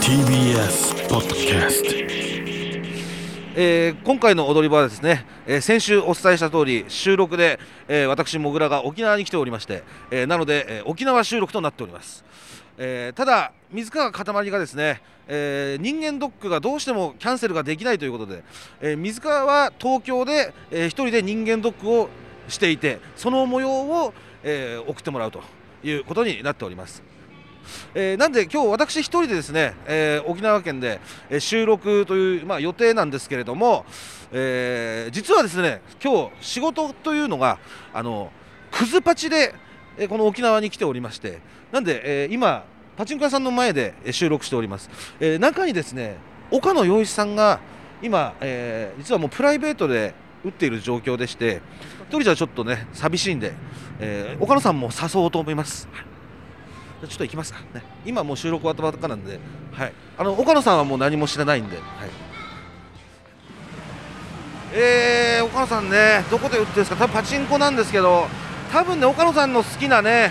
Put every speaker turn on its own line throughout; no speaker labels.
TBS ポッドキャスト
えー今回の踊り場はですね、えー先週お伝えした通り収録で、えー私もぐらが沖縄に来ておりまして、えーなので、えー沖縄収録となっております、えーただ水川かたまりがですね、えー人間ドックがどうしてもキャンセルができないということで、えー水川は東京で、えー一人で人間ドックをしていてその模様を、えー送ってもらうということになっておりますえーなんで今日私一人でですね、えー沖縄県で、えー収録という、まあ、予定なんですけれども、えー実はですね今日仕事というのがあのクズパチで、えーこの沖縄に来ておりましてなんで、えー今パチンコ屋さんの前でえー収録しております、えー中にですね岡野陽一さんが今、えー実はもうプライベートで打っている状況でして一人じゃちょっとね寂しいんで、えー岡野さんも誘おうと思います。じゃあちょっと行きますかね今もう収録終わったばっかなんで、はい、あの岡野さんはもう何も知らないんで、はい、えー、岡野さんねどこで売ってるんですか多分パチンコなんですけど多分ね岡野さんの好きなね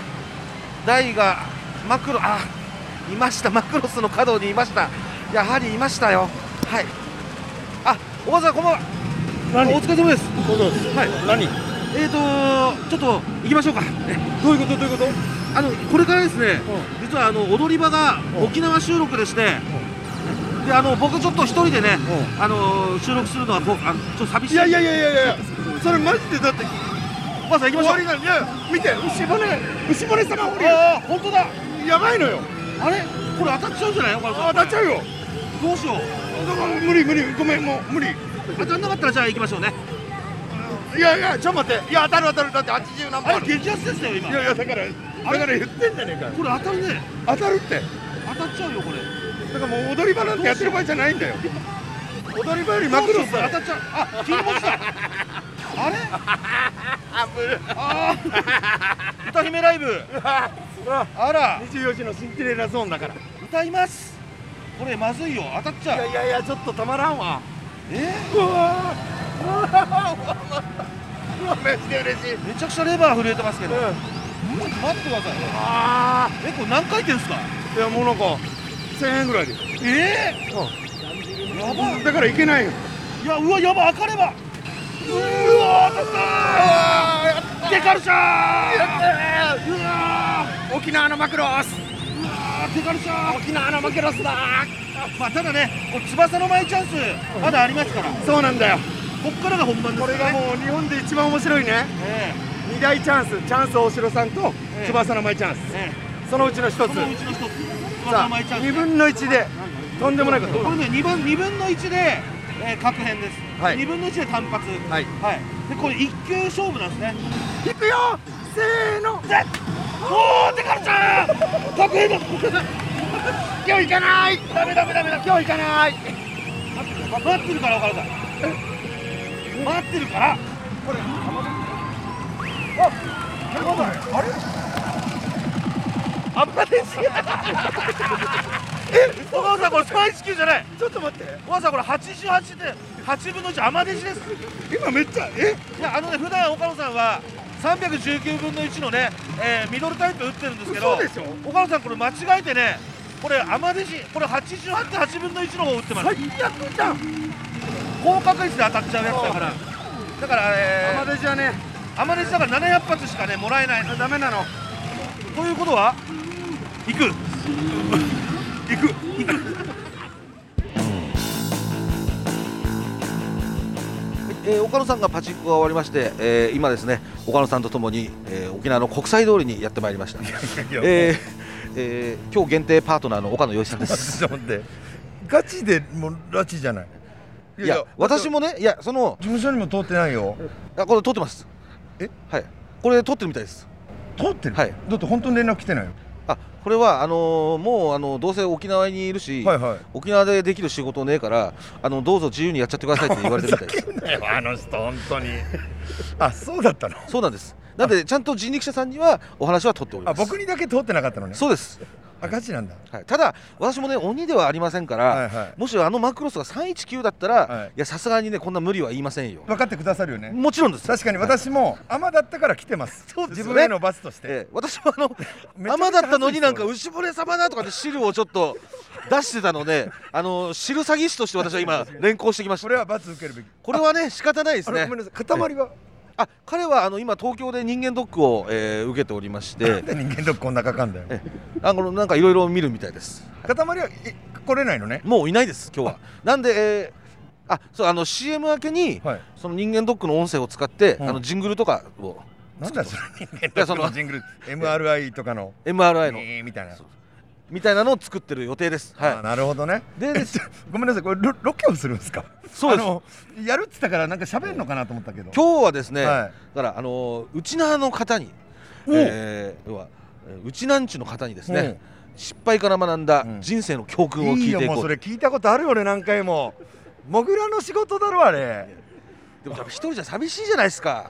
台がマクロあいましたマクロスの角にいましたやはりいましたよはいあ岡野さんこんばんは
何
お疲れ様です
そうです
はい
何
えーとちょっと行きましょうかね
どういうことどういうこと
あのこれからですね、実はあの踊り場が
うん
沖縄収録でして、であの僕ちょっと一人でね、あの収録するのはこうあのちょっと寂しい。
いやいやいやいやいやそれマジでだって
まずは行きま
終
しょ
わ
う
り。なんいや見て牛骨牛骨様掘
ああ本当だ。
りやばいのよ
あれこれ当たっちゃうんじゃない？岡野さん
あ当たっちゃうよ
どうしよう。
だから無理無理ごめんもう無理
当たんなかったらじゃあ行きましょうね。
いやいやちょっと待っていや当たる当たるだって80何
あ
本
れ激安ですよ今。
い
こ
や
れ
いやだからだから言ってんじゃねえかよ
当たるね。
当たるって
当たっちゃうよこれ。
だからもう踊り場なんてやってる場合じゃないんだよ踊り場よりマクロス
どうしよう
だ
当たっちゃう。あ切りました。あ れ？ああ。歌姫ライブ。 あら
24時のシンデレラゾーンだから
歌います。これまずいよ当たっちゃう。
いやいやちょっとたまらんわ
えー
うわうわうわマジで嬉しい
めちゃくちゃレバー震えてますけど、
うん
ちょっと待ってくださいね
あ
えこれ何回転ですか
あいやもうなんか1000円ぐらいで
ええやばい
だからいけないよ
いやうわやばい開かればうわ当た
あ
ったデカルシャー
あ
うわ
沖縄のマクロ
ー
ス
うわーデカルシャー
沖縄のマクロスだ
まあただねこれ翼の舞いチャンスまだありますからこ
そうなんだよ
っからが本番です
こ
から
れが
ね
もう日本で一番面白いね
え
二大チャンスチャンス大城さんと
ええ
翼の舞チャンス
ええ
そのうちの一つ
えこのうちの一つ翼
さ
の
あ
舞いチャンス
2分の1でとんでもないこと
これね2分二分の1で、えー、各編です、
はい
2分の1で単発
はい
でこれ1球勝負なんですね
いくよせーの
おおデカルちゃん各編だ
今日行かないダメダメダメだ今日行かない
待ってるから岡田さん待ってるから
あれ
あんまです え岡田さんこれ三1球じゃない
ちょっと待って
岡田さんこれ88で8分の1甘弟子です
今めっちゃえ
いやあのね普段岡野さんは319分の1のね、えーミドルタイプ打ってるんですけど
嘘でしょ
岡野さんこれ間違えてねこれ甘弟子これ88.8分の1の方を打ってます
悪じゃん
高確率で当たっちゃうやつだからだから、え
まだじゃね
ー、甘弟子だから700発しかねもらえない
ダメなの
ということは行く行く行くえー岡野さんがパチンコが終わりまして、えー今ですね岡野さんとともに、えー沖縄の国際通りにやってまいりました
や
えーえー今日限定パートナーの岡野陽一さんです
ちょっと待ってガチでもう拉致じゃないい
いや私もねいやその
事務所にも通ってないよ
あこれ撮ってます
え
はいこれ撮ってるみたいです
通ってる、
はい
だって本当に連絡来てないよ
あこれはあのーもうあのどうせ沖縄にいるし、
はいはい
沖縄でできる仕事ねえからあのどうぞ自由にやっちゃってくださいって言われてるみたいです
ふざけんなよあの人本当にあそうだったの
そうなんですなんでちゃんと人力車さんにはお話は取っており
あ
ます
僕にだけ通ってなかったのね
そうです
あガチなんだ
はい、ただ私もね鬼ではありませんから、
はいは
もしあのマクロスが319だったら、
はい
い、やさすがにねこんな無理は言いませんよ
い分かってくださるよね
もちろんです
確かに私もアマだったから来てます
そうですよね
自分への罰として、
ええ私もあの
めちゃめちゃ
雨だったのになんか牛
恥
惚れ様だとかで汁をちょっと出してたのであの汁詐欺師として私は 今連行してきました
これは罰受けるべき
これはね仕方ないです
あれ
ね
ごめんなさい塊は
あ彼はあの今東京で人間ドックを、えー受けておりまし
な
て
んで人間ドックこんなかかんだよ
えあのなんかいろいろ見るみたいです
塊はえ来れないのね
もういないです今日はなんで、えーあそうあの CM 明けに
はい
その人間ドックの音声を使って、
うん
あのジングルとかを
なんだよそれ人間
い
ド
や
ッ
そ
ク
の
のジングル MRI とかの
MRI の
えーみたいな
そうみたいなのを作ってる予定です
あー
は
なるほどね
いでです
ごめんなさいこれロロケをするんですか
そうです
あのやるっつったからなんか喋るのかなと思ったけど
今日はですね、
はい
だからあのーうちなーの方に、
おう
えー、要はえーうちなんちゅの方にですね、失敗から学んだ
うん
人生の教訓を
い
聞
い
い
よ
ていこう
もうそれ聞いたことあるよね何回もモグラの仕事だろあれ
でもやっぱ一人じゃ寂しいじゃないですか、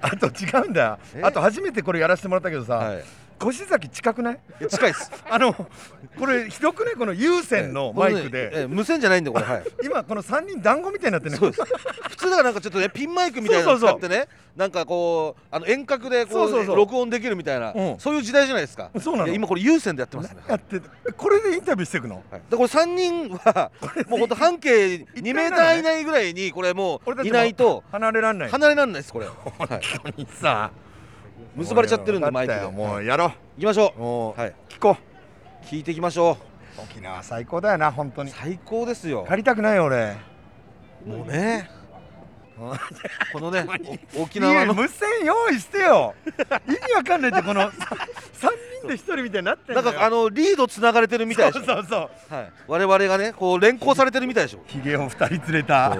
あと違うんだ
え
あと初めてこれやらせてもらったけどさ、
はい
越崎近くない
え、近いです
あのこれひどくねこの有線のマイク
えーこれねえ
で
ー無線じゃないんでこれはい
今この3人団子みたいになってね
そうです普通だからなんかちょっとねピンマイクみたいなの使ってねなんかこうあの遠隔でこう
そうそうそう
録音できるみたいな、
うん
そういう時代じゃないですか
そうな
い
の
や今これ有線でやってますね
何やってんのこれでインタビューしていくの
はい、でこれ3人はもう本当半径2メーター以内ぐらいにこれも
俺た
う
ち
い
も
ないと
離れらんない
離れられないですこれ、 はい、
本当にさ
結ばれちゃってるんで
もう
マイ
よ
クで
わかったよも
は
う
い
やろ
行きましょ
うもう
うはい
聞こ
聞いていきましょ
う沖縄最高だよな本当
う
に
最高ですよ
帰りたくないよ俺
もうね
うん
この ねお沖
い
縄の
いよ無線用意して よ意味わかんないってこの3人で1人みたいになってん
な
だ
ん
よ
かあのリードつながれてるみたいで
そう
しょ
そうそう
はい、我々がねこう連行されてるみたいでしょ
ヒゲを2人連れた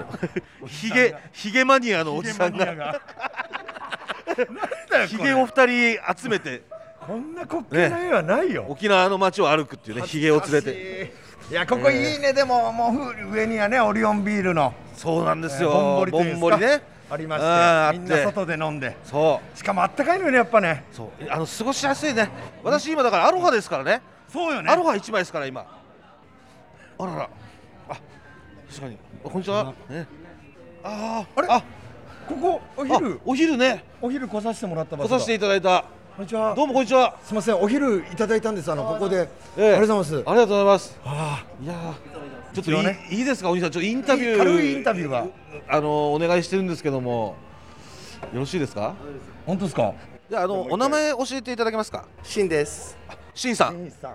ヒゲヒゲマニアのおじさん
ヒゲマニ
が
アがなんだよ
ヒ
ヒ
ゲ
ゲ
を
を
2人集めて
こんな滑稽な絵はないよ、
沖縄の街を歩くっていうねヒゲを連れて
いやここいいね、でももうふ上にはねオリオンビールの
そうなんですよ、
えーぼんぼりというんです
ぼ
か
んぼりね
ありま
あーあっ
しててみんな外で飲んで
そう
しかもあったかいのよねやっぱね
そうあの過ごしやすいね私今だからアロハですからね
そうよ
アロハ1枚ですから今あららあ確かにあこんにちは、ね、あー
あれ
あ
ここお
あ
昼
お昼ね
お昼来させてもらった場
来
所だ
させていただいた
こんにちは
どうもこんにちは、
すみませんお昼いただいたんですあのここで、
ええ
ありがとうござ
あ
います
りがとうございます
あ
いやーちょっと
一
いい,、
応ね
いいですかお兄さんちょっとイン
あ
タビュー
軽いインタビューは
あのお願いしてるんですけどもよろしいですか
本当ですか
じゃああのお名前教えていただけますか
シンです。
しんさん
さん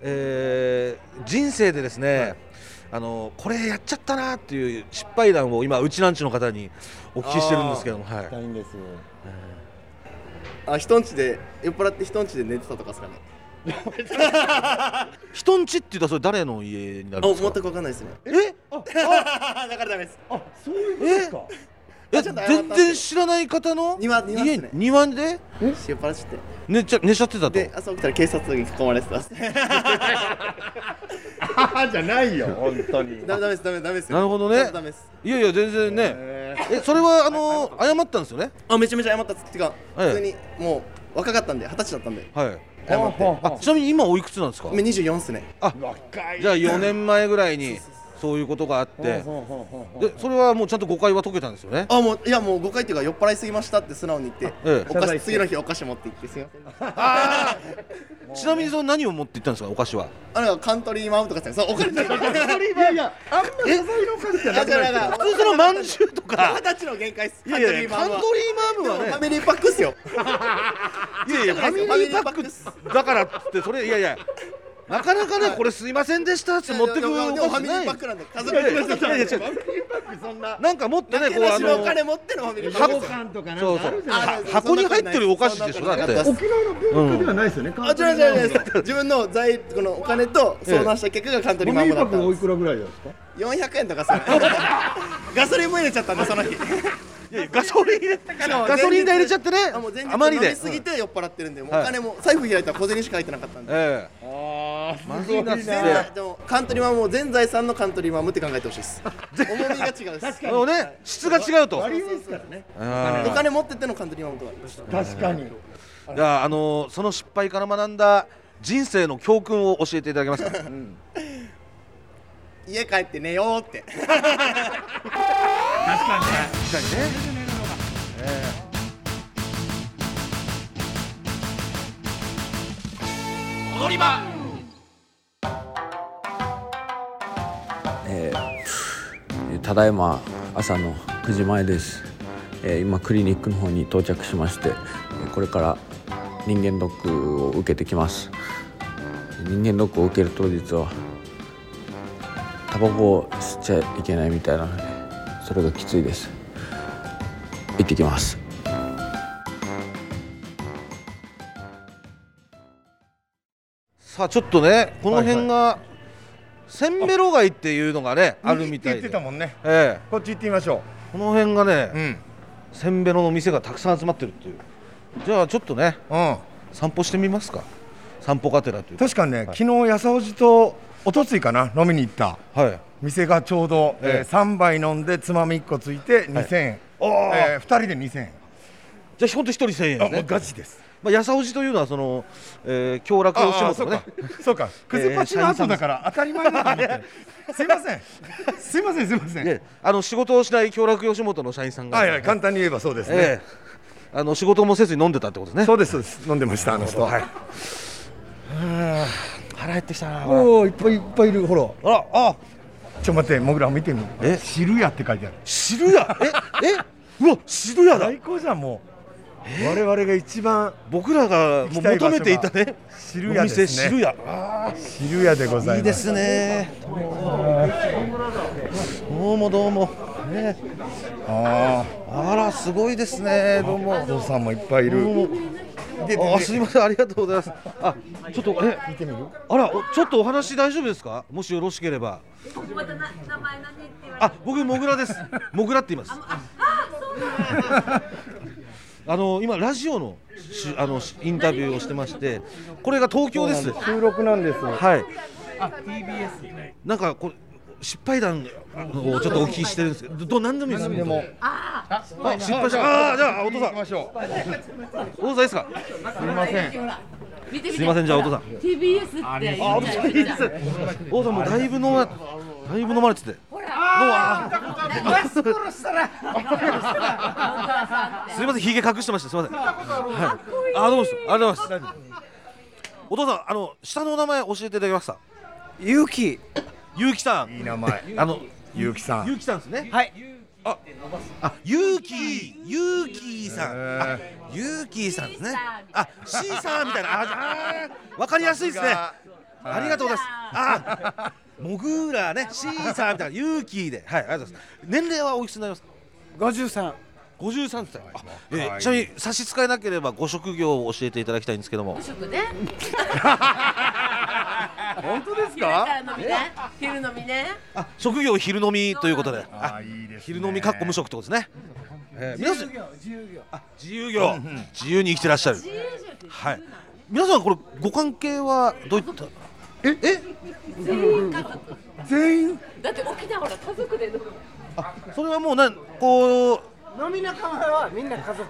えー人生でですね、あのこれやっちゃったなっていう失敗談を今うちなんちの方にお聞きしてるんですけども、はい、
いんです。あ、人んちで酔っ払って人んちで寝てたとかですかね。
人んちって言ったらそれ誰の家にな
あ、
るんで
全
すか
くわかんないですね。
え
あ、だからダメです。
あそういうことですか
え
ちょっと謝ったんですけ
全
ど
然知らない方の
庭庭ですね
家庭で
酔っ払っちゃって。
寝ちゃ寝ちゃってたと
で、朝起きたら警察に囲まれてたっす。ダメ
あじゃないよ本当に
ダメです。ダメダメです。
なるほどね
ちゃんとダメです。
いやいや全然ねえそれはあの謝ったんですよね
あ、めちゃめちゃ謝ったっす。てか、
はい
普通にもう若かったんで、二十歳だったんで。
はい
謝って。
あちなみに今おいくつなんですか
今二十四っすね。
若い
じゃあ4年前ぐらいにそういうことがあってでそれはもうちゃんと誤解は解けたんですよね
あ、もういやもう誤解っていうか酔っ払いすぎましたって素直に言って、
ええ
お菓子次の日お菓子持って行ってすいません。
ちなみにその何を持って行ったんですかお菓子は
あのカントリーマウンとかですね。そうお金。
いやいやあんな謝罪の感じじゃな
あ
く
じゃあ
ない
だから
普通そのまんじゅうとか
二十歳の限界っす。
いやいやカント
は
リーマーム
フ
は
ァ
ね
ミリーパックっすよ。
いやいやファミリーパッ
ファミリーパ
クだからっつってそれいやいやなかなかねこれすいませんでしたって持ってく
でも
お
でもフ
菓
ァ
子
ミリ
な
ー
い
パックなんで家
いやいや
族
いやいやちょっと
そんな
なんか持ってねこう
私
あ
のお
の
金持ってのファミリーパッ
箱
ク
缶とかなんか
そうそ
ある
う
じゃない
あ
は
る
箱に入ってるお菓子でしょだっ
そんなことなかった
て
沖縄の文化ではないですよね、
あ違う違う違うです自分の財このお金と相談した結果がカントリーマン
ミ
ボ
ー
だ
パ
った
ク
ん
おい
です
くらぐらいですか
400円とかさガソリンも入れちゃったんでその日
いやいやガソリン入れガソリン代入れちゃってね
あもう前日
あまり
飲
で
みすぎて酔っ払ってるんでもうお
はい
金も財布開いたら小銭しか入ってなかったんで
ええ
ああ
まずいなっつって
全財でもカントリーマンも全財産のカントリーマンもって考えてほしい です重みが違うです
あのね質が違うと
ありますからね
うん
お金持っててのカントリーマンボとかありました
確かに
いやあのその失敗から学んだ人生の教訓を教えていただけますか
家帰って寝ようって
えーただいま朝の9時前です、えー今クリニックの方に到着しましてえーこれから人間ドックを受けてきます人間ドックを受ける当日はタバコを吸っちゃいけないみたいなのでそれがきついです行ってきます
さあちょっとねこの辺が、センベロ街っていうのがねあるみた
右って言
い
っ
で
てたもんね
ええ
こっち行ってみましょ
この辺がね、
ううん
せんべろの店がたくさん集まってるっていうじゃあちょっとね
うん
散歩してみますか散歩がてらというか
確かにね、昨日やさおじとおとついかな飲みに行った
はい
店がちょうど、
ええ
えー3杯飲んでつまみ1個ついて2000円、
おー
え2人で2000円
じゃあほんと一人1000円で
あ
す
もう
ね
ガチです
まあ、やさおじというのはその、えー、強楽をし
あ
も
あそ
と
う
も
か
ね、
そう かくずパチの後だから当たり前だと思ってるすいません すいませんすいません
であの仕事をしない強楽吉本の社員さんが、
はいはい簡単に言えばそうですね、
ええあの仕事もせずに飲んでたってことです
そ
ね
うですそうです飲んでましたあの人はい
腹減ってきたなこ
おおいっぱいいっぱいいるほら
れあらあ
ちょっと待ってモグラ見てみ
え
汁屋って書いてある
汁屋ええうわ汁屋だ
最高じゃんもう我々が一番
僕らがもう
行きたい
求
場所が
めていたね
汁屋ですね
お店汁屋あ
汁屋でござ
ー
います
いいですねどうもどうも、ね、
あ
あらすごいですねどうも
あお父さんもいっぱいい
ど
る
うもあ すみませんありがとうございますあちょっとえ見てみるあらおちょっとお話大丈夫ですかもしよろしければ
またな名前何って言われて
あ僕モグラですモグラって言います
ああそうなんだ
あの今ラジオのしあのしインタビューをしてましてこれが東京です
収録なんです
はいあ TBS なんかこれ失敗談をちょっとお聞きしてるんですけどど何でもいいですでもあ失敗したあーじゃあお父さん
ましょ
お父さ
う
んいいですか
見てみて
すいませんじゃあお父さん
TBS って言うじゃんいいじゃん
お父さんもうだいぶ飲まだいぶ飲まれててすみません、ひげ隠してました。すみません。はい。あ、どうもです。ありがとうございます。お父さん、あの下のお名前教えていただけますか。
勇気
ゆうきさん。
いい名前
あの、
ゆうきさん
ゆうきさんですね。
はい
あ、ゆうき、ゆうきさん。あゆうきさんですね。あ、しーさんみたいな。あ、あーわかりやすいですね。ありがとうございます。あ。モグラね、シーさんみたいな、ゆうきで、はい、ありがとうございます。年齢はおいくつになりますか。
53
53歳、あえーちなみに差し支えなければご職業を教えていただきたいんですけども
食ね
本当です
昼から飲みね昼飲みね
あ職業昼飲みということであ
あいいですね
昼飲みかっこ無職ってことですね、えー、皆さんあ自由業自由に生きてらっしゃる
自由食
はい皆さんこれご関係はどういったええ
全員家族
全員
だって沖縄ほら家族で飲む
あそれはもうなこう
飲み仲間はみんな家族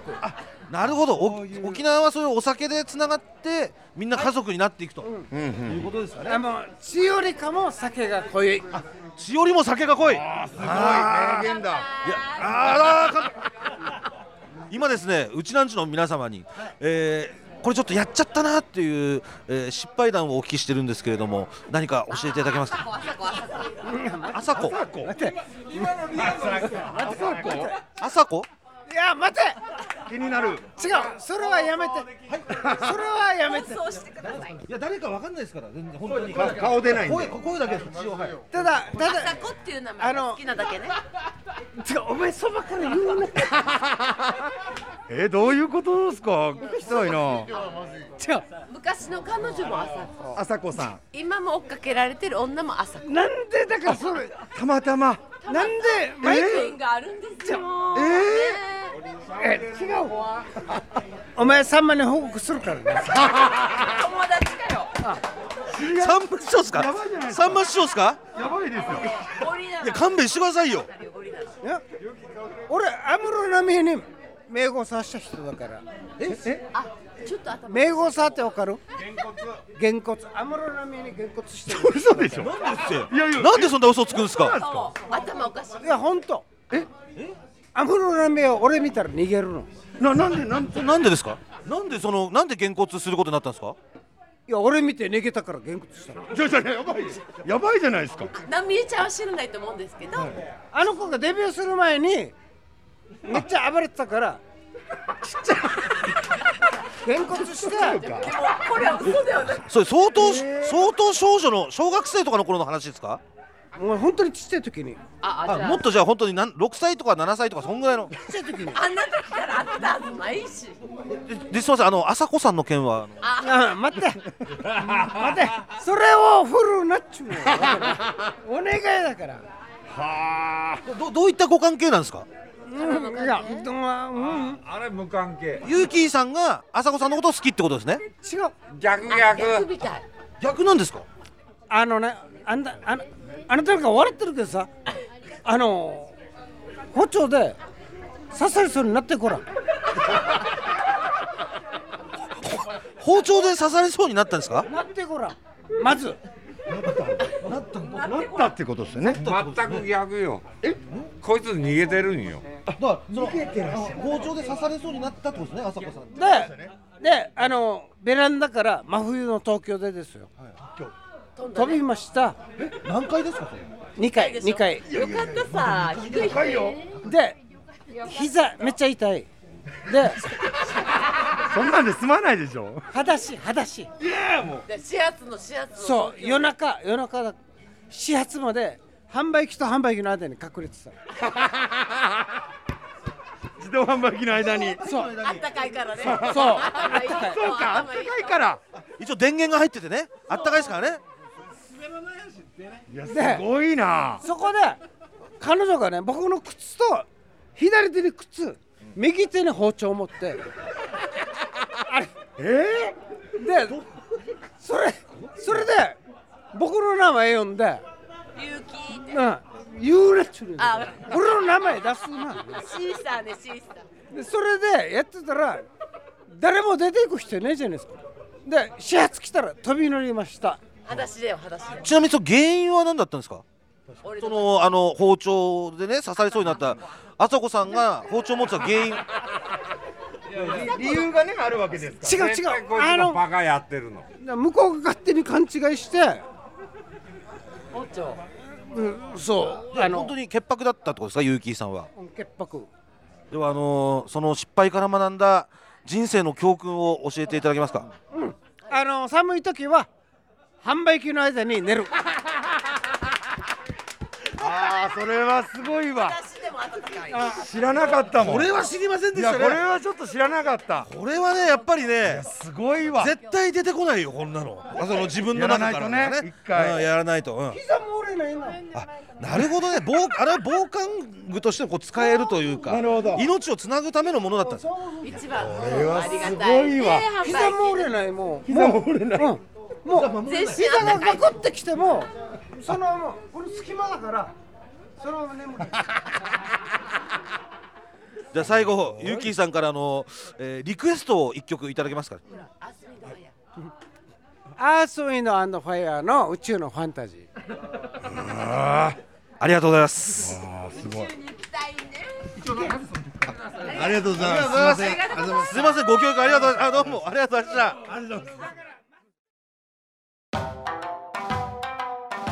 なるほどお沖縄はそういうお酒でつながってみんな家族になっていくと、いうことですかね
あもう血よりかも酒が濃い
血よりも酒が濃い
名言だ
いやあーか今ですねうちなんちの皆様に、えーこれちょっとやっちゃったなっていう、えー失敗談をお聞きしてるんですけれども何か教えていただけますか朝子
待て
朝子
いや待て
気になる
違うそれはやめてそれはやめて
そうしてください
いや誰かわかんないですから全然本当に
顔出ないんで
声だけです一応はい
ただただ
朝子っていう名前が好きなだけね
違うお前そばから言うな違う
えどういうことですかひどいな
昔の彼女も朝子
朝子さん
今も追っかけられてる女も朝子
なんでだからそれ
たまたま
なんでマ
マ
イ
イ
ク
クがあるんですよ
え
ね
え違うお前さんまに報告するからね
友達かよ
三番師匠ですか三番師匠ですか
やばいですよ
オリない
や勘弁してくださいよ
のオリなの
いや俺安室奈美恵に名号さした人だから
ええ
あちょっと頭
名号さってわかるげんこつ安室奈美恵にげんこつしてる
嘘でしょいやいや
なんでそんな嘘つくんですか
頭頭おかしい
いや本当え安室奈美恵は俺見たら逃げるの
ななんでなん
それなんでですかなんでそのなんでげんこつすることになったんですか
いや俺見て逃げたからげんこつしたの
じゃじゃやばいやばいじゃないですか
ナミエちゃんは知らないと思うんですけど、
あの子がデビューする前にめっちゃ暴れてたからちっちゃいげんこつして
でもこれは嘘ではなく
それ相当、相当少女の小学生とかの頃の話ですか
もう本当にちっちゃい時にちっ
ああ
あ
じゃあ
もっとじゃあ本当になん6歳とか7歳とかそんぐらい の
ちゃい時に
あんな時からあったはずないし
でですいませんあの朝子さんの件は
ああ待って待ってそれを振るなっちゅうのお願いだから
あのどどういったご関係なんですか
うんいやどうもうん
あれ無関係
ゆうきーさんが朝子さんのことを好きってことですね
違う
逆
あ逆みたい
逆なんですか
あのねあんたあのあなたなんか笑ってるけどさあの包丁で刺されそうになってこら
包丁で刺されそうになったんですか
なってこらまず
なったってことですよね
全く逆よこいつ逃げてるんよ
包丁で刺されそうになったってことですね朝子さん
でであのベランダから真冬の東京でですよ、飛びました
何回ですかそれ
2回2回
よかったさ低い
高いよ
で膝めっちゃ痛いで
そんなんで済まないでしょ
裸足裸足
で始発の始発の
そう夜中夜中だ始発まで販売機と販売機の間に隠れてた
自動販売機の間に
そう
あったかいからね
そう
頭
あ
いい
ったかい
そうかあったかいから
一応電源が入っててねあったかいですからね
いやす
です
ごいな
そこで彼女がね僕の靴と左手に靴右手に包丁を持って
ええ
でそれそれで僕の名前呼んで
勇気って
うん言うなっちゅうねん
あ
俺の名前出すな
シーサーねシーサー
でそれでやってたら誰も出ていく人いないじゃないですかで始発来たら飛び乗りました
裸足だよ裸足だよ
ちなみにその原因は何だったんですか
俺
そ
の
のあの包丁でね刺されそうになった朝子さんが包丁を持つ原因
理由がねあるわけですか
違う違
絶対
う
こい
あ
つが
の
バカやってるの
だから向こうが勝手に勘違いして、
包丁
うん、そうあ
本
の
当に潔白だったってことですかゆうきーさんは
潔白
ではあのーその失敗から学んだ人生の教訓を教えていただけますか
あの寒い時は販売機の間に寝る
あーそれはすごいわ
裸足でも暖かい
知らなかったもん
これは知りませんで
い
し
や
た
こ
ね
れはちょっと知らなかった
これはねやっぱりね
すごいわ
絶対出てこないよこんなのあその自分の中から
やらないとね一回
うんやらないと、うん
膝も折れないな
あなるほどね防あれは防寒具としてこう使えるというか
なるほど
命をつなぐためのものだったんですよ
一番ありがた
す
い
ごいわ
ね販売機
膝も折れないもう
膝も折れない
もう,、うん、もう
全身
膝が
暖か
ガ
い
クってきてもそのもうこの隙間だからそのまま眠る
じゃあ最後ゆうきーさんからあの、えーリクエストを一曲いただけますか
あすみだわ や
アースウィンドアンドファイアの宇宙のファンタジー
ありがとうございます
急に行きたいね
ありがとうございます
すいませんご協力ありがとうございますあどうもありがとうございました
つ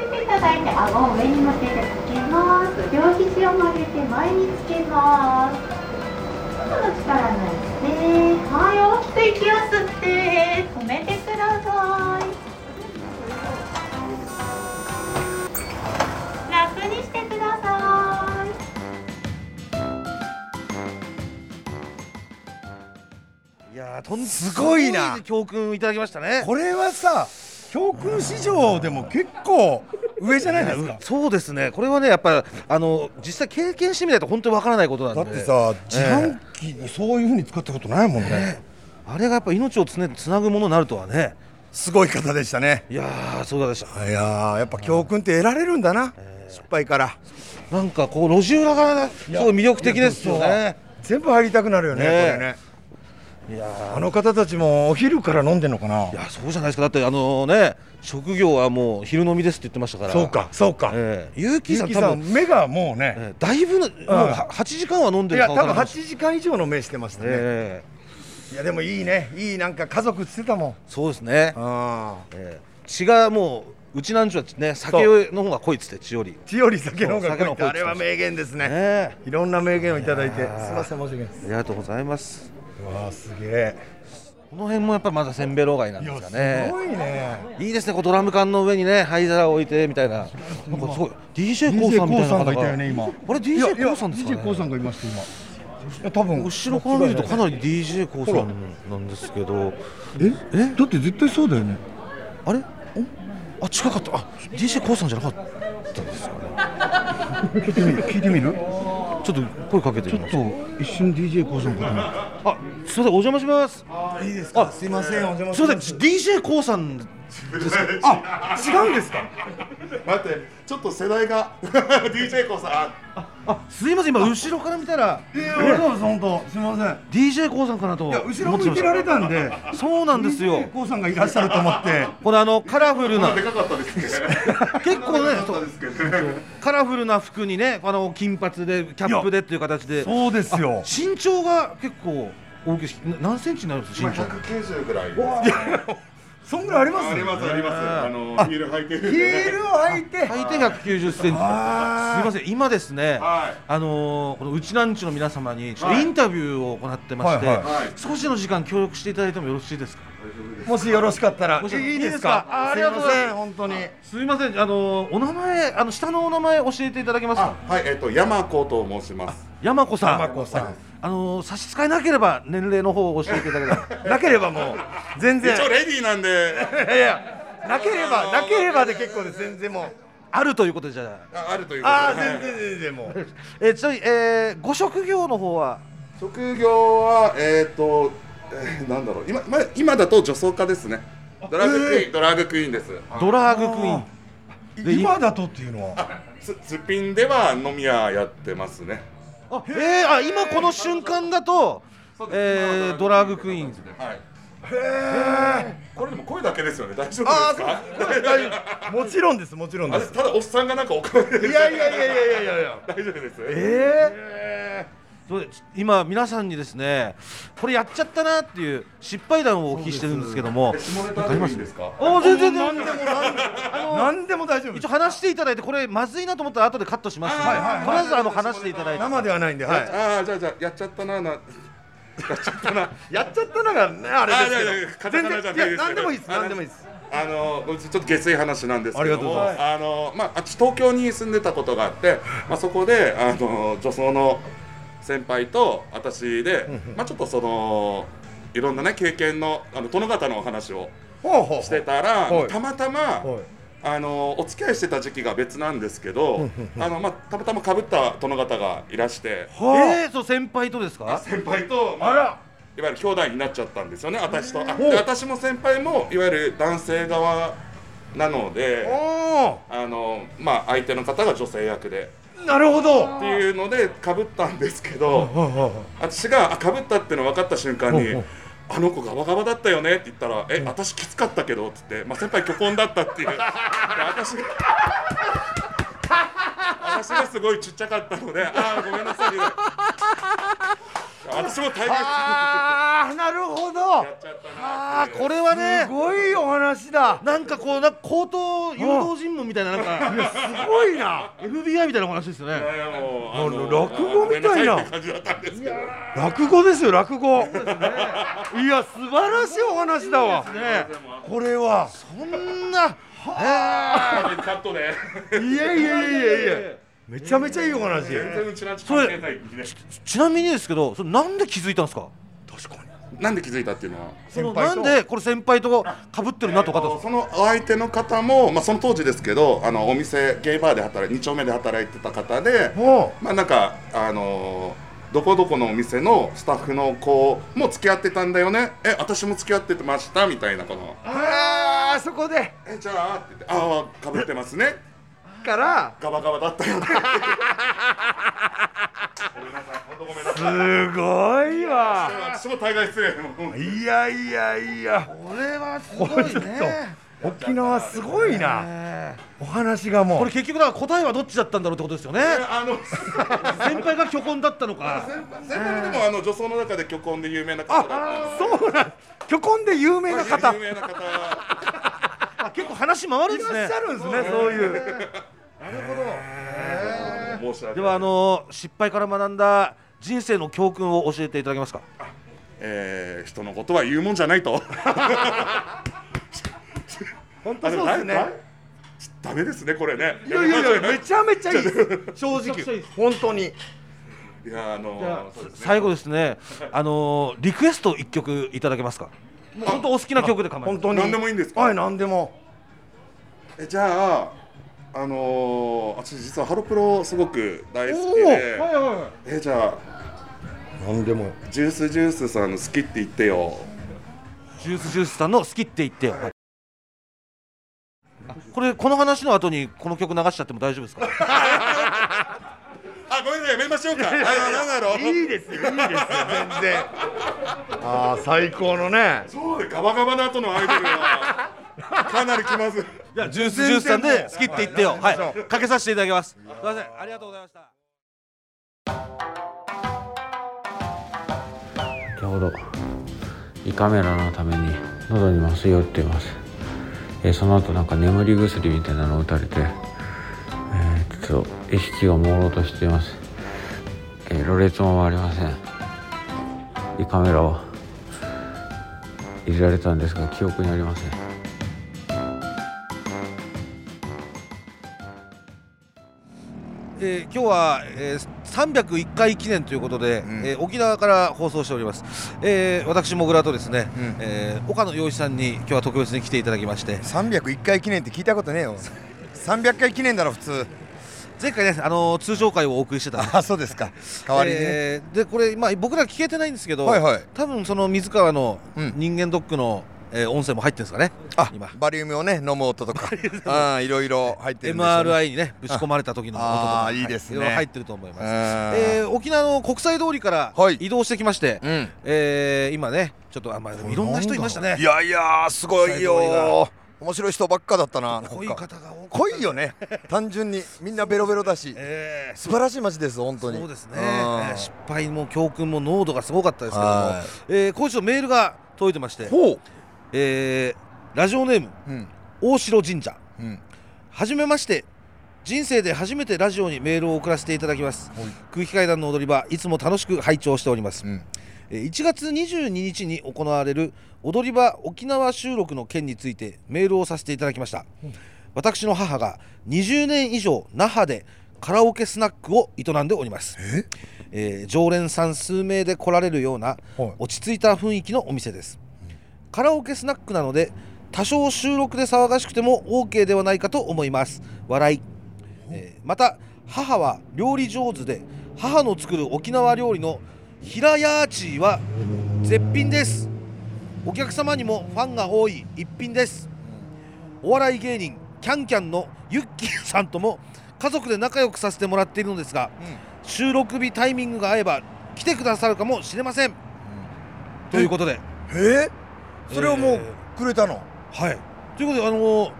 いていただいて顎を上に向けてつけます両肘を曲げて前につけます肩の力抜いてはい大きく息を吸って止めてください楽にしてください
いやーとん
すごいな
す教訓いただきましたね
これはさ教訓市場でも結構上じゃないですか
そうですねこれはねやっぱあの実際経験してみないと本当にわからないことなんで
だってさ自販機にそういうふうに使ったことないもんね
あれがやっぱ命をつ,、ね、つなぐものになるとはね
すごい方でしたね
いやーそうでした
いやーやっぱ教訓って得られるんだな失敗から
なんかこう路地裏がすごい魅力的ですよね
全部入りたくなるよねこ
ねえ
れねいやーあの方たちもお昼から飲んでんのかない
やそうじゃないですかだってあのね職業はもう昼飲みですって言ってましたから
そうかそうか、
ええ結
ゆ
城
き
さん多
さ
分
ん目がもうね、
ええだいぶ、ねもうは8時間は飲んで
い
る
や
か
多
わから
分
ない
8時間以上の目してましたね、
ええ
いやでもいいねいいなんか家族っつってたもん
そうですね、
ああ
ええ血がもううちなんちゅうはね酒の方が濃いっつって血よりね
千より酒の方
そう
が濃い
酒の方が濃いっつってました
ってあれは名言ですね
え
いろんな名言をいただいてす
い
み
やー
ません申し訳ないです
ありがとうございます
うわあすげえ
この辺もやっぱりまだせんべろ街なん
い
ですか
や
ね
すごいね
いいですねこうドラム缶の上にね灰皿を置いてみたいななんかすごい DJ コウ
DJ
さんみた
コウ
いな
さ
方
んがいたよね今
あれ DJ コウさんですかね
DJ コウさんがいました今いや多分
後ろから見るとかなり DJ コウさんなんですけど
ええだって絶対そうだよね
あれあ近かったあ DJ コウさんじゃなかったんですよね
聞いてみる聞いてみる
ちょっと声かけてみます
そう一瞬 DJ コウさんか
あすいませんお邪魔します
といいです
か
すいませんお邪魔
すいません DJ コウさん
違うんですか
待ってちょっと世代が DJ コさ
すいません今後ろから見たら
いやそう本当すいません
DJ コウさんかなと
いや後
思ってま
ろ向い
してた
られたんで
そうなんですよ
DJ コウさんがいらっしゃると思って
このあのカラフルな
でかかったですね
結構ねそう
ですけどね
カラフルな服にねあの金髪でキャップでっていう形で
そうですよ
身長が結構大きいしな何センチになるんですか身長
190ぐらい
そんぐらいあります
ありますありますあのヒール履いてるん
ヒ
でね
ールを履いて
大体190センチすい
あー
ません今ですね
はい
あのーこのうちなんちゅの皆様にちょっとインタビューを行ってまして
はいはい
はい
少しの時間協力していただいてもよろしいですか
もしよろしかったら
もしよろし
いいです
いいですか
か
ありがとうございます
すいません本当に
すいませんあのーお名前あの下のお名前教えていただけます
あ
か
はいえっと山子と申します
山子さん
山子さん
あのー差し支えなければ年齢の方を教えていただければ
なければもう全然
一応レディーなんで
いやいやなければなければで結構です全然もう
あるということでじゃあ、
ああるということで
あ
は
あ
い
全然全然もう
えーちなみに、えーご職業の方は
職業はえっ、ー、と、えー、なんだろう今ま今だと女装家ですねドラァグクイーン、ドラァグクイーンです
ドラァグクイーンで
今だとっていうのは
すすっぴんでは飲み屋やってますね
あ、えー、あ今この瞬間だと、えー、ドラァグクイーンズ
はいこれでも声だけですよね大丈夫
あ
ですか
あそう 大丈夫もちろんですもちろん
あ
で
れ
す
ただおっさんがなんかおかしい
いやいやいやいやいやいや
大丈夫です
えー、そうです今皆さんにですねこれやっちゃったなっていう失敗談をお聞きしてるんですけども
下ネタでもいいですか
おー全然全
何で
然
も何でも何でも大丈夫で
一応
す
話していただいてこれまずいなと思ったら後でカットしますので、
はいはいはい
とりあえずあの話していただいて
生ではないんでは
あ
い
あーじゃあじゃあやっちゃったなな
やっちゃったのがねあれ
あいやい
で
や
すけ
カ
ど
タカナ
全
じゃないですけど
然いや何でもいいです
あの
何でもいいです
あのちょっと下水話なんですけども
ありがとうございます
あのまああっち東京に住んでたことがあって、まあそこであの女装の先輩と私で、まあちょっとそのいろんなね経験のあの殿方のお話を
ほうほう
してたら、
はい
たまたま。
はい
あのお付き合いしてた時期が別なんですけど、あのまあたまたま被った殿方がいらして、
えー、そう先輩とですか
先輩と、まあ
あら
いわゆる兄弟になっちゃったんですよね私とあで私も先輩もいわゆる男性側なの
お
で
お
あのまあ相手の方が女性役で
ーなるほど
っていうのでかぶったんですけど私がかぶったっての分かった瞬間に
うんうん
「あの子ガバガバだったよね」って言ったら「え私きつかったけど」って言って、まあ、先輩虚婚だったっていうで私が。私がすごいちっちゃかったので、ああごめんなさい。私も大変や
ああなるほど
っちゃったな。
あーこれはね
すごいお話だ
なんかこうなんか口頭誘導尋問みたいななんか
すごいな
FBI みたいなお話ですよね
いやもうあの
もう落語みたいな
ごめんさって感じだったんですけど
落語ですよ落語いや素晴らしいお話だわ
ね
これは
こんな
カットで
いやいやいやいやいやめちゃめちゃいいお話
全然うちなんち
それ
関係ないんで
ちなみにですけどそれなんで気づいたんですか
確かに
なんで気づいたっていうのは
その
先輩
な
と
んでこれ先輩とかぶってるなとかと、
そのお相手の方も、まあ、その当時ですけどあのお店ゲイバーで働い2丁目で働いてた方で
も
まあなんかあのーどこどこのお店のスタッフの子も付き合ってたんだよねえ私も付き合ってましたみたいなこの
うああそこで
えじゃあって言ってああかぶってますね
から
ガバガバだったよね
すごいわ
私も大概失礼もう
いやいやいやこれはすごいね沖縄すごいなお話がも
こ
う
れ結局だから答えはどっちだったんだろうってことですよね
あ の
先輩が虚婚だったのか
先輩でもあの女装の中で虚婚で有名な方だっ
そうなん虚婚で有名な
た
方
んで有名な方
あ結構話回るん
い
で
ら
す
っ
ね
しゃるんですねそういう
申し訳ない
ではあの失敗から学んだ人生の教訓を教えていただけますか
えー人のことは言うもんじゃないと
本当そうですね
あれないダメですねこれね
いやいやいやめちゃめちゃいいです正直本当に
いやあのそうですね
最後ですねあのリクエスト一曲いただけますか本当お好きな曲で構いま
本
せん
当に
何でもいいんですか
はい何でも
えじゃああのー、私実はハロプロすごく大好き
お
で、
はいは
えじゃあ
い何でも
ジュースジュースさんの好きって言ってよ
ジュースジュースさんの「好きって言ってよ」あこれこの話の後にこの曲流しちゃっても大丈夫ですか
あごめんなさいやめましょうかあなんだろう
いいですよいいですよ全然ああ最高のね
そうでガバガバの後のアイドルはかなりきます
じゃあジュースジュースさんで「好きって言ってよ」はいかけさせていただきますすいませんありがとうございました
先ほど胃カメラのために喉に麻酔を打っています、えーその後なんか眠り薬みたいなのを打たれて、えーちょっと意識が朦朧としています、えー、ろれつもありません胃カメラを入れられたんですが記憶にありません
えー今日は、えー301回記念ということで、えー沖縄から放送しております、えー私もぐらとですね、えー岡野陽一さんに今日は特別に来ていただきまして
301回記念って聞いたことねえよ300回記念だろ普通
前回ね、あのー通常会をお送りしてたんです
あそうですか代わりにね、
えーでこれ、まあ、僕ら聞けてないんですけど、
はいはい
多分その水川の
うん
人間ドックの、えー音声も入ってるんですかね
あ
今
バリウムをね飲む音とかあーいろいろ入ってるんでしょうね
MRI にねぶち込まれた時の音とか
ああーいいですね
ろろ入ってると思います、え
え
ー沖縄の国際通りから
はい
移動してきまして、
うん
えー今ねちょっとあ、まあ、いろんな人いましたね
いやいやーすごい
最後には
よ面白い人ばっかだったななんか
こういう方が多く
濃いよ ね単純にみんなベロベロだし
えー
素晴らしい街です本当に
そうですね、
ん
えー失敗も教訓も濃度がすごかったですけども
は、
えー、今週のメールが届いてまして、
ほう
えーラジオネーム
うん
大城神社
うん
はじめまして人生で初めてラジオにメールを送らせていただきます
ほい
空気階段の踊り場いつも楽しく拝聴しております
うん
えー1月22日に行われる踊り場沖縄収録の件についてメールをさせていただきました、私の母が20年以上那覇でカラオケスナックを営んでおりますえ、ー常連さん数名で来られるような
はい
落ち着いた雰囲気のお店ですカラオケスナックなので多少収録で騒がしくても OK ではないかと思います笑い、えーまた母は料理上手で母の作る沖縄料理の平ヤーチーは絶品ですお客様にもファンが多い一品ですお笑い芸人キャンキャンのユッキーさんとも家族で仲良くさせてもらっているのですが、収録日タイミングが合えば来てくださるかもしれません、ということで
えーそれをもうくれたの
はいということであのー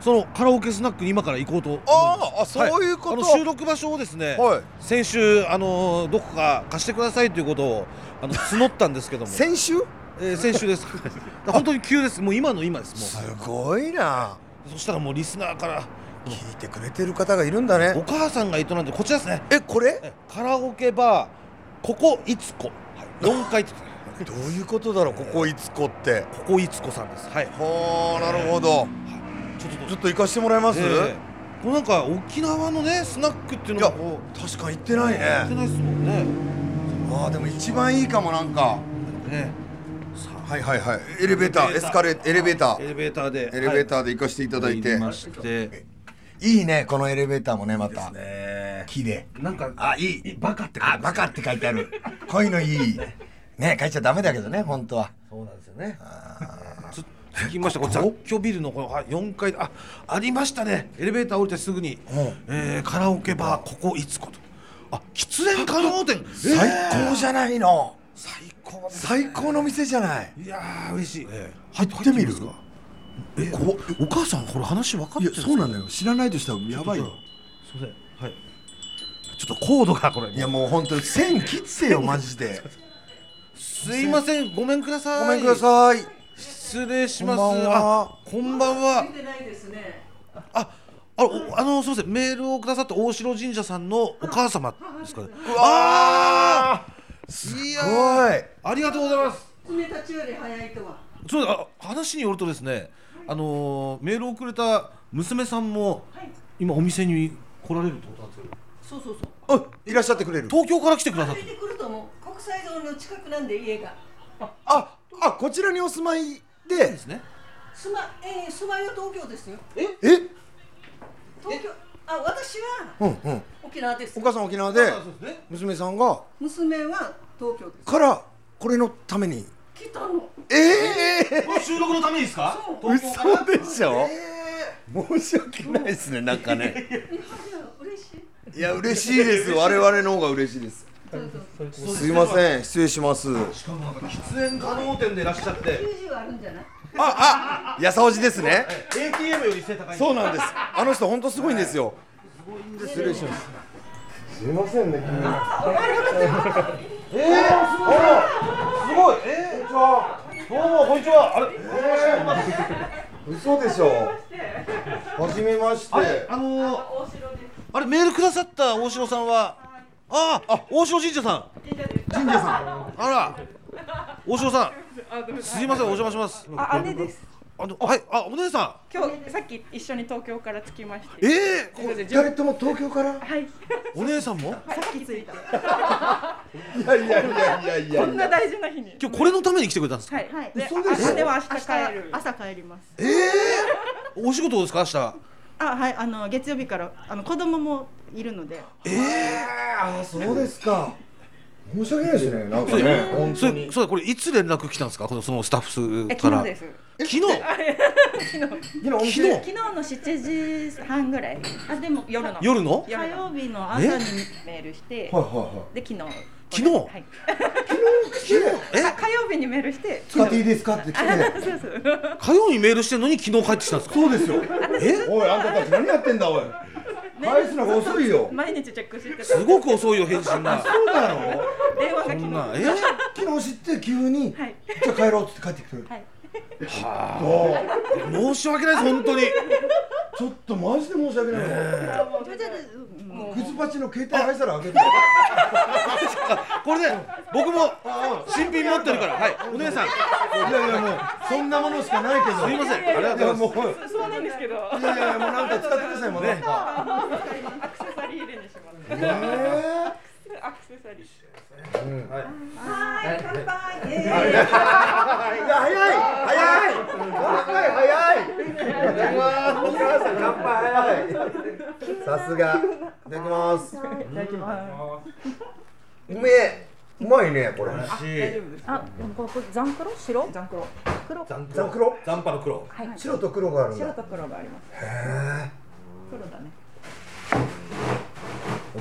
そのカラオケスナックに今から行こうと思います
あーあそういうこと
あの収録場所をですね、
はい
先週あのーどこか貸してくださいということをあの募ったんですけども、
先週
えー先週です本当に急ですもう今の今ですも
すごいな
うそしたらもうリスナーから
聞いてくれてる方がいるんだ
お
ね
母さんが営んでこちらですね
えこれ
えカラオケバーここいつこ、はい、4階って
どういうことだろうここいつこって
ここいつこさんですはい
はあなるほど
ちょっとどう
ち
ぞ
ょっと行かしてもらいます、
えーこうなんか沖縄のねスナックっていうのがこう
確かに行ってない
やって
ね
ないですもんね
ああでも一番いいかもなんか
ね
はいはいはいエレベーターエスカレーエレベータ
エ
ー
レベーターで
エレベー
ー
ターで行かしていただいて、
まして
い、いねこのエレベーターもねまた木で
なんか
あいいバカってあバカって書いてあるこういうのいいね書いちゃダメだけどね本当は
そうなんですよね。ず聞きましたこれ雑居ビルのこのあ4階あありましたねエレベーター降りてすぐに、えーカラオケバーここいつことあ喫煙可能店
最高じゃないの
最
高最高の店じゃない
いやー嬉しい、え
入ってみるえこ
お母さんこれ話分かって
るそうなのよ知らないとしたらやばいよ
すいませんはいちょっとコードがこれ
いやもう本当に線切ってよマジで
すいませんごめんください
ごめんください
失礼します
こんばんは
あこんばんはあおあのすみませんメールをくださった大城神社さんのお母様ですかねああすごいありがとうございます
冷たちより早いとは。
そうだあ話によるとですねあのーメールをくれた娘さんも今お店に来られるってことなんですけど
そうそうそう。
あいらっしゃってくれる東京から来てくださって
出てくるともう国際通りの近くなんで家が。
ああこちらにお住まいでです
ね
すまえー、住まいは東京ですよ。え？
え
東京。あ私は
うんうん
沖縄です。
お母さん沖縄で
あそうですね
娘さんが
娘は東京です。
からこれのために
来たの。
ええ
この収録のためにですか
そう
嘘でしょ、申し訳ないですねなんかね
いやいや嬉しい。
いや嬉しいです我々の方が嬉しいですすいません失礼します
しかもなんか喫煙可能店でいらっしゃって
90あるんじゃない？
ああやさおじですね
ATM より背高い
そうなんですあの人本当すごいんですよ失礼しますすいませんね
えー、すごいえー、どうもこんにちはあれ、
嘘でしょはじめまして
あれあのー、あれメールくださった大城さんはあーあ大城神社さん
神社さ
あら大城さんすいませんお邪魔します
あ姉です
あのはいあお姉さ
今日さっき一緒に東京から着きました。
えー
すいません
誰とも東京から
はい。
んお姉さんも
さっき着いて。
いやいやいやいやいや
こんな大事な日に。
今日これのために来てくれたんですか
はい。はい。で、
嘘でしょ
明日は明日帰る。朝帰ります。
えー、お仕事ですか明日
あ、はい。あの月曜日からあの子供もいるので。
あそうですか申し訳ないですねなんか
そ
ね
れそれそうだこれいつ連絡来たんですかこのそのスタッフ
え
数か
昨
ら
日です。
昨日
昨
日
昨日の7時半ぐらい。あ、でも夜の。
夜の
火曜日の朝にメールして。
はいはいは
で昨日。
昨日、
あ火曜日にメールして。
使っていいですかって来て
あそうそう。
火曜にメールしてるのに昨日帰ってきたんですかそうですよえ
おいあんたたち何やってんだおい返すのが遅いよ
毎日チェックしてた。
すごく遅いよ返信が
そうだろ
電話が
そんなえ
昨日知って急にじゃあ帰ろうって帰ってきてるは
あ申し訳ないです本当に
ちょっとマジで申し訳ないわくずばちの携帯灰皿あげて
これで僕も新品持ってるからはいお姉さん
いやいやもうそんなものしかないけど
すいませんありがとうございます
やもう
そうなんですけど。
いやいやもうなんか使ってくださいもうなんか
アクセサリー入れにします。
ねえ
アクセサリー。
は
は
い
い乾杯。えー
いや早い早い乾杯早いいただきますお母さん乾杯早いさすがいただきます
いただきます。
うめえうまいねこれ
あ、でもここザンクロ白？ザンクロ。黒。ザン
ザンクロ
残波の黒
はい。
白と黒があるんだ
白と黒があります。黒だね。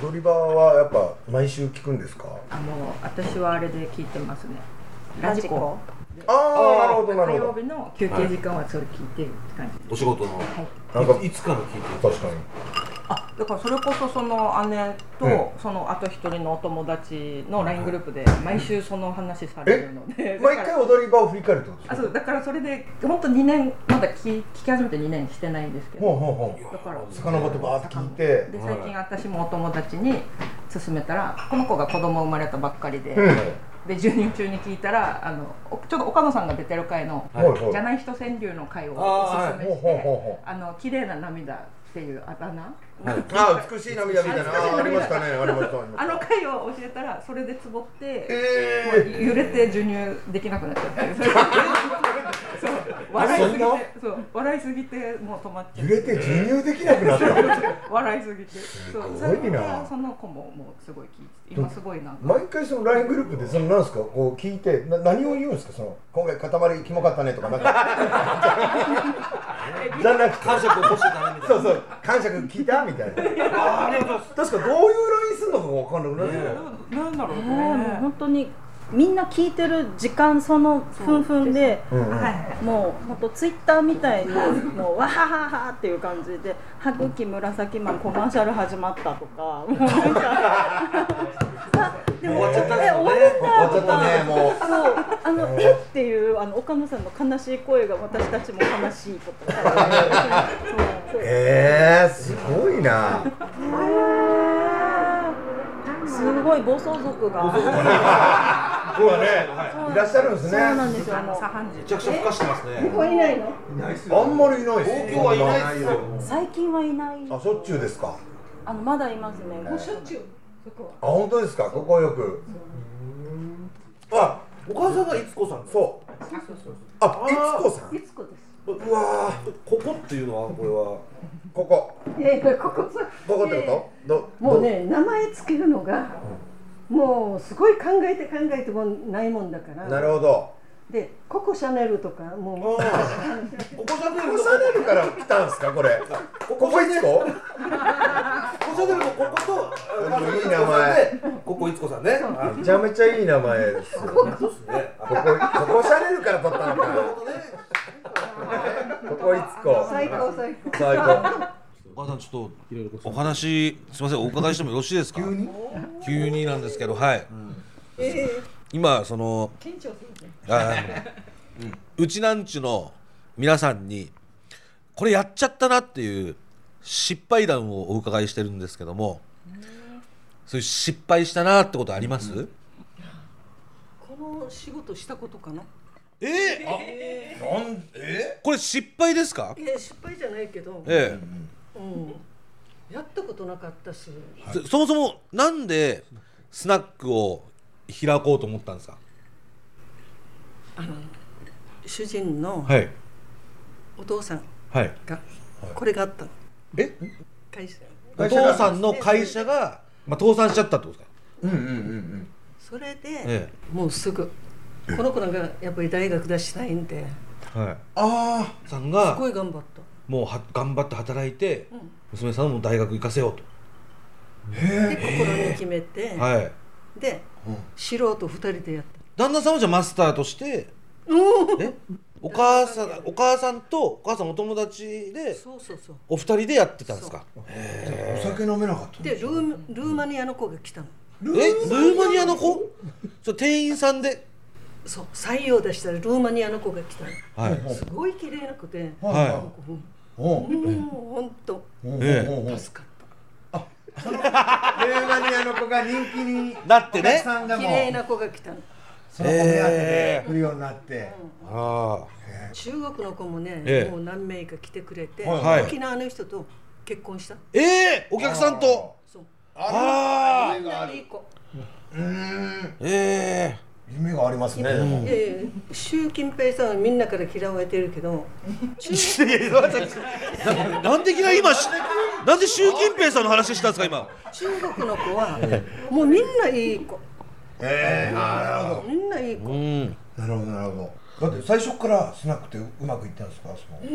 踊り場はやっぱ毎週聞くんですか
あもう私はあれで聞いてますね。ラジコ。
ああなるほどなるほど
火曜日の休憩時間はそれ聞いてるって感じ。
お仕事の、
なんか
い、つから聞いて
る確かに
だからそれこそその姉と、
うん
そのあと一人のお友達の LINE グループで毎週その話されるので
毎回踊り場を振り返るってこと
あそうだからそれで本当2年まだ聞聞き始めて2年してないんですけど
ほうほうほう
だから
遡ってバーって聞いて
で最近私もお友達に勧めたらこの子が子供生まれたばっかりで、
うん
で授乳中に聞いたらあのおちょっと岡野さんが出てる回の、
はいはい
じゃない人川柳の回をお
あ
勧
ー
めして
はいほうほうほうほう
あの綺麗な涙っていうあだ名
あ美しい涙みたいなあありましたねありましたありま
あ
し
の回を教えたらそれでつぼって、
えー
もう揺れて授乳できなくなっちゃってそう
笑いすぎて
そんな
そう笑いすぎてもう止まっちゃ
揺れて授乳できなくなった
笑いすぎてそう
すごいな
それがその子ももうすごい聞いて今すごいなんか
毎回その LINE グループでそのなんですかこう聞いてな何を言うんですかその今回塊キモかったねとかなん かじゃなくて感触落としてたねみたいなそうそう感触聞いたみたいなあありがとう確かどういう LINE するのかが分かんなくなるよね
なんだろうね
もう本当にみんな聞いてる時間その分分で
うんうん
もう本当ツイッターみたいにもうわはははっていう感じで歯茎紫マンコマーシャル始まったとか もうなんか
終わっちゃった
え終わっ
終わっちゃったねもう
そうあの、えっていうあの岡野さんの悲しい声が私たちも悲しいとかそうそう
えー、すごいな
すごい暴走族が
僕はねいらっしゃるんですね
そうなんですよあの左半
めちゃくちゃふかしてますね
向こういないの
あんまりいないです
東京はいないっすよ最近はいない
あしょっちゅうですか
あのまだいますねもうしょっちゅう
あ本当ですかここよくあお母さんがいつこさんそうあいつこさんいつこですうわーここっていうのはこれはここ
いやいやここさ
ここってことど
もうね名前つけるのがもうすごい考えて考えてもないもんだから
なるほど
でココシャネルとかもう
ここシャネルから来たんですかこれここいつこ
こちらでもこことあ
いい名前
ここいつこさんね。あ
めちゃめちゃいい名前ですよこ
そうですね。
こここシャネルから取ったのかここいつこ
最高最高
最高
お母さんちょっとお話すみませんお伺いしてもよろしいですか急に急になんですけどはい、
ええ
今その
緊張するね
あーうちなんちゅの皆さんにこれやっちゃったなっていう失敗談をお伺いしてるんですけどもそういう失敗したなってことあります、
この仕事したことかな
え
え
なんえこれ失敗ですか
いや失敗じゃないけど、
え
うん、やったことなかったし、
えそそもそもなんでスナックを開こうと思ったんですか
あの主人の
はい
お父さん
はい
がこれがあったの、
え
会社
お父さんの会社が、まあ、倒産しちゃったってことですかうんうんうんうん
それで、
え
もうすぐこの子なんかやっぱり大学出したいんで
はい、ああさんが
すごい頑張った
もうは頑張って働いて、
うん
娘さんをもう大学行かせようと
で
へ
心に決めて、
はい
で、素人二人でやっ
旦那さんはじゃあマスターとして
たうん
えお母さんお母さんとお母さんお友達で
そうそうそう
お二人でやってたんですかお酒飲めなかった
でルールーマニアの子が来たの
えルーマニアの子そう店員さんで
そう採用出したらルーマニアの子が来たの
はい
すごい綺麗な子で、
は
もう本当
え
助か
ルーマニアの子が人気に
なって
お
ね
客さんが
綺
も
麗
う
な子が来たの
その子目当
え
てで
え
来るようになって
あ
中国の子もね、
ええ
もう何名か来てくれて、
はいはい
沖縄の人と結婚した
ええお客さんと
そう
あ
みんないい子
うん
え
え夢がありますねでも
いやいや習近平さんはみんなから嫌われてるけど中
国 ななんでいきなり今しなんで習近平さんの話したんですか今
中国の子はもうみんないい子
ええあーなるほど
みんないい子
うん
なるほどなるほどだって最初からスナックってうまくいったんですかその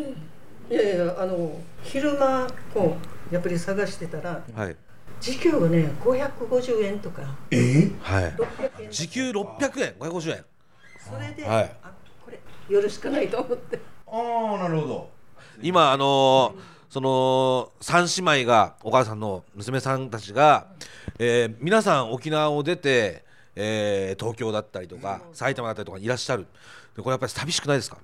いやいやあの昼間こうやっぱり探してたら
はい
時給がね550円とか
えはい
600円
時給600円550円
それで、
はい
あこれよるしかないと思って
ああなるほど
今あのーその三姉妹がお母さんの娘さんたちが、えー皆さん沖縄を出て、えー東京だったりとか埼玉だったりとかにいらっしゃるでこれやっぱり寂しくないですか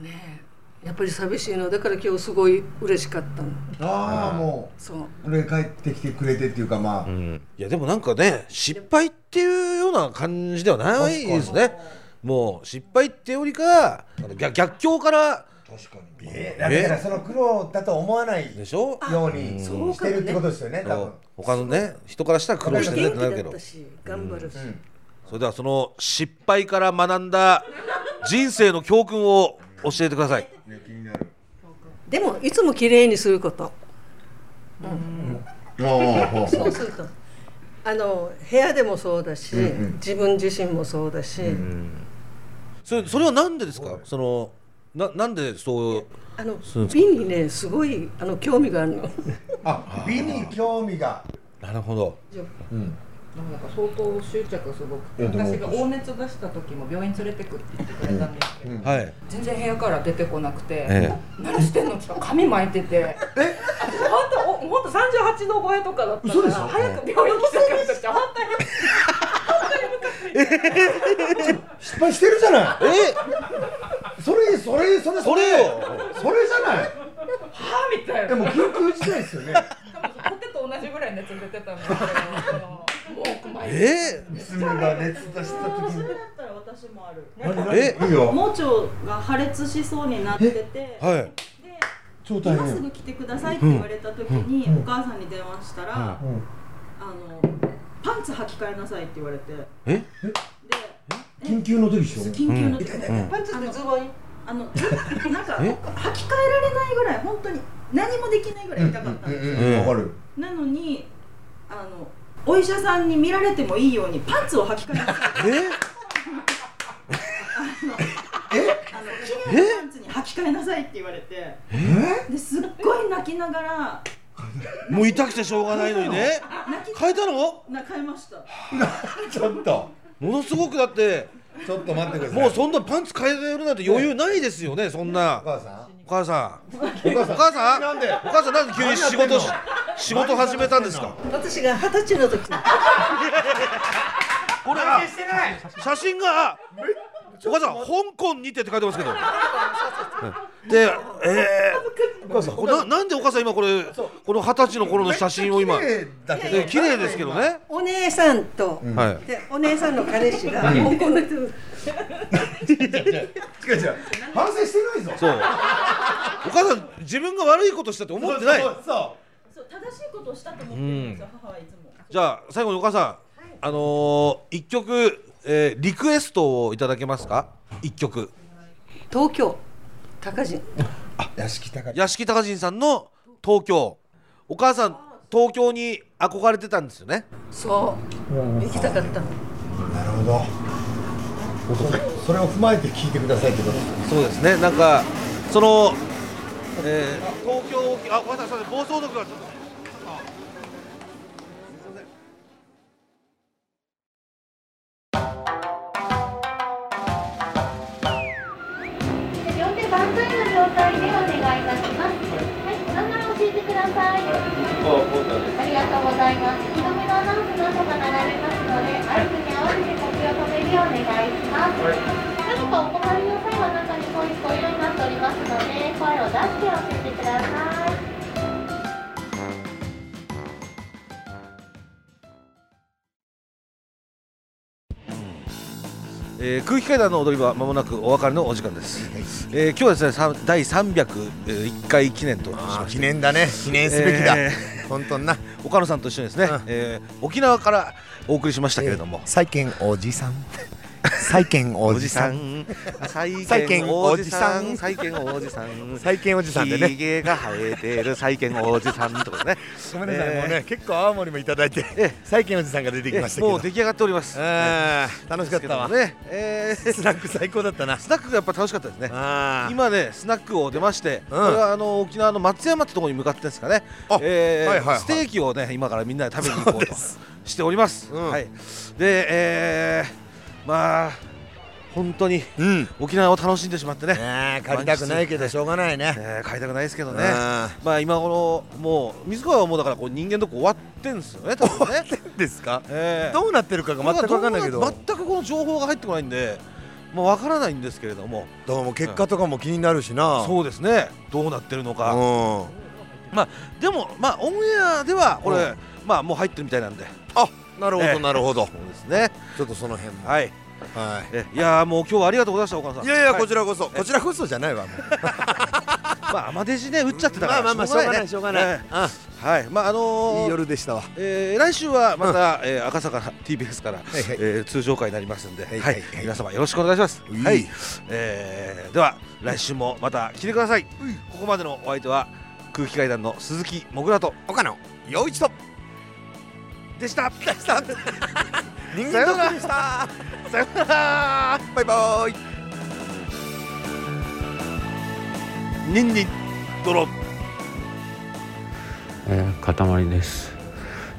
ねえやっぱり寂しいのだから今日すごい嬉しかったの
ああも
そう
う俺帰ってきてくれてっていうかまあ、
いやでもなんかね失敗っていうような感じではないですねもう失敗ってよりかあの逆逆境から
えだからその苦労だと思わない
でしょ
ように
そう
し
かもね
てるってことですよね多分
他のね人からしたら苦労してるねっ
元
て
気
なるけ
だっ
ど
たし頑張るし、
それではその失敗から学んだ人生の教訓を教えてください
でもいつも綺麗にすること
あ
そうするとあの部屋でもそうだし、
うんうん
自分自身もそうだし、
それそれはなんでですかそのななんでそう
あの
そうですか
美にねすごいあの興味があるの
あ美に興味が
なるほどうん
なんか相当執着がすごくて
いやでも
私が黄熱出した時も病院連れてくって言ってくれたんですけど、
はい
全然部屋から出てこなくて、
え
何してんのって言ったら髪巻いててえ本当お本当三十八度超えとかだったから早く病院来てくれとって本当に
失敗してるじゃないそれそれそれ
それよ
それじゃない
はぁみたいな
でも緊急事態ですよね
ポテト同じぐらい熱出てたんですけどもう巻いて
え
娘が熱出した時
そ
に
れだったら私もある
何えいいよ
盲腸が破裂しそうになってて
はい超大
今す
変
ぐ来てくださいって言われた時に、
うんうん
お母さんに電話したら、あ
うん
のパンツ履き替えなさいって言われて
え
緊急の時でしょ
緊急の時、
うん
パンツってズボンあのなんか
え
履き替えられないぐらい本当に何もできないぐらい痛かったんですよ、
うんわかる
なのにあのお医者さんに見られてもいいようにパンツを履き替えなさい綺麗なパンツに履き替えなさいって言われてですっごい泣きながら
もう痛くてしょうがないのにね変えたの
な変えました
ちょっとものすごくだって
ちょっと待ってください
もうそんなパンツ変えるなんて余裕ないですよねそんなお母さんお母さんお母さんなんでお母さんなんで急に仕事し仕事始めたんですか
私が二十歳 の時
これは写真がお母さん香港にてって書いてますけどでえー、これななんでお母さん今これこの二十歳の頃の写真を今
めっちゃ綺麗だけど
ね綺麗ですけどね
お姉さんと、
うんはい
でお姉さんの彼氏が香
うん
港の人
違う違う反省してないぞ
そうお母さん自分が悪いことしたって思ってない
そうそうそう
そう正しいことをしたと思ってるんですよ、母はいつも
じゃあ最後にお母さん、あのー、一曲、えー、リクエストをいただけますか一曲
東京高人
屋敷高屋敷隆人さんの東京お母さん東京に憧れてたんですよね
そう、行きたかったの
なるほどそれを踏まえて聞いてくださいってこと
そうですねなんかその、えー、東京をあお母さんすいません暴走族がちょっと
両手バンザイの状態でお願いいたします。はい、お名前教えてください。ありがとうございます。引き止めのアナウンスの音が流れますので、合図に合わせて呼吸を止めるようお願いします。何かお困りの際は中にポイントを用意になっておりますので、声を出して教えてください。
えー空気階段の踊り場まもなくお別れのお時間です、えー今日はですねさん第301回記念としまして記
念だね記念すべきだ
本当にな岡野さんと一緒にですね、えー沖縄からお送りしましたけれども、
債券おじさん債券おじ さん
債券おじさん債券おじさん
債券おじさんでね
ひげが生えてる債券おじさんとかね
ごめんなさい、
えー
もうね結構青森もいただいて、債券おじさんが出てきましたけど、
えもう出来上がっております
あー楽しかったわ
ですけどもね、えー、スナック最高だったなスナックがやっぱ楽しかったですね今ねスナックを出まして、これはあの沖縄の松山ってところに向かってんですかね、えー
はいはいはい
ステーキをね今からみんなで食べに行こうとしております、はいで、えー、まあ本当に沖縄を楽しんでしまってね、
借りたくないけどしょうがないね、
えー、買いたくないですけどね、まあ今頃もう水川はもうだからこう人間ドック終わってんですよね多分ね
ですか、
えー
どうなってるかが全く分かんないけど
これがうな全くこの情報が入ってこないんでまあ分からないんですけれども
どうも結果とかも気になるしな、
そうですねどうなってるのか、まあでもまあオンエアではこれ、
うん
まあもう入ってるみたいなんで
あなるほど
ええ
なるほど
そうですね
ちょっとその辺も
はい
はい
えいやーもう今日はありがとうございました岡野さん
いやいや
は
こちらこそ、こちらこそじゃないわもう
まあ、アマデジね、打っちゃってたから、
まあまあまあしょうがない
ねうんはい、まあ、あのー
いい夜でしたわ。
えー来週はまた、えー赤坂 TBS から、えー通常会になりますんで、はい皆様よろしくお願いします。はい、えーでは来週もまた来てください。ここまでのお相手は空気階段の鈴木もぐらと岡野陽一とでした。で した。人間ドックでした。さよなら。バイバイ。ニンニンドロップ
えー、塊です、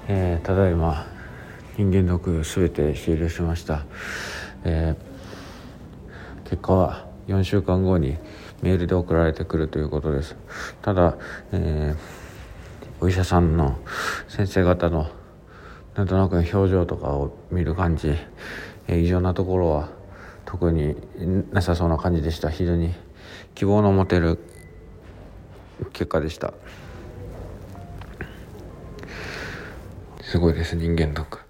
えーただいま人間ドックすべて終了しました、えー結果は4週間後にメールで送られてくるということですただ、えーお医者さんの先生方のなんとなく表情とかを見る感じ、えー異常なところは特になさそうな感じでした非常に希望の持てる結果でしたすごいです人間ドック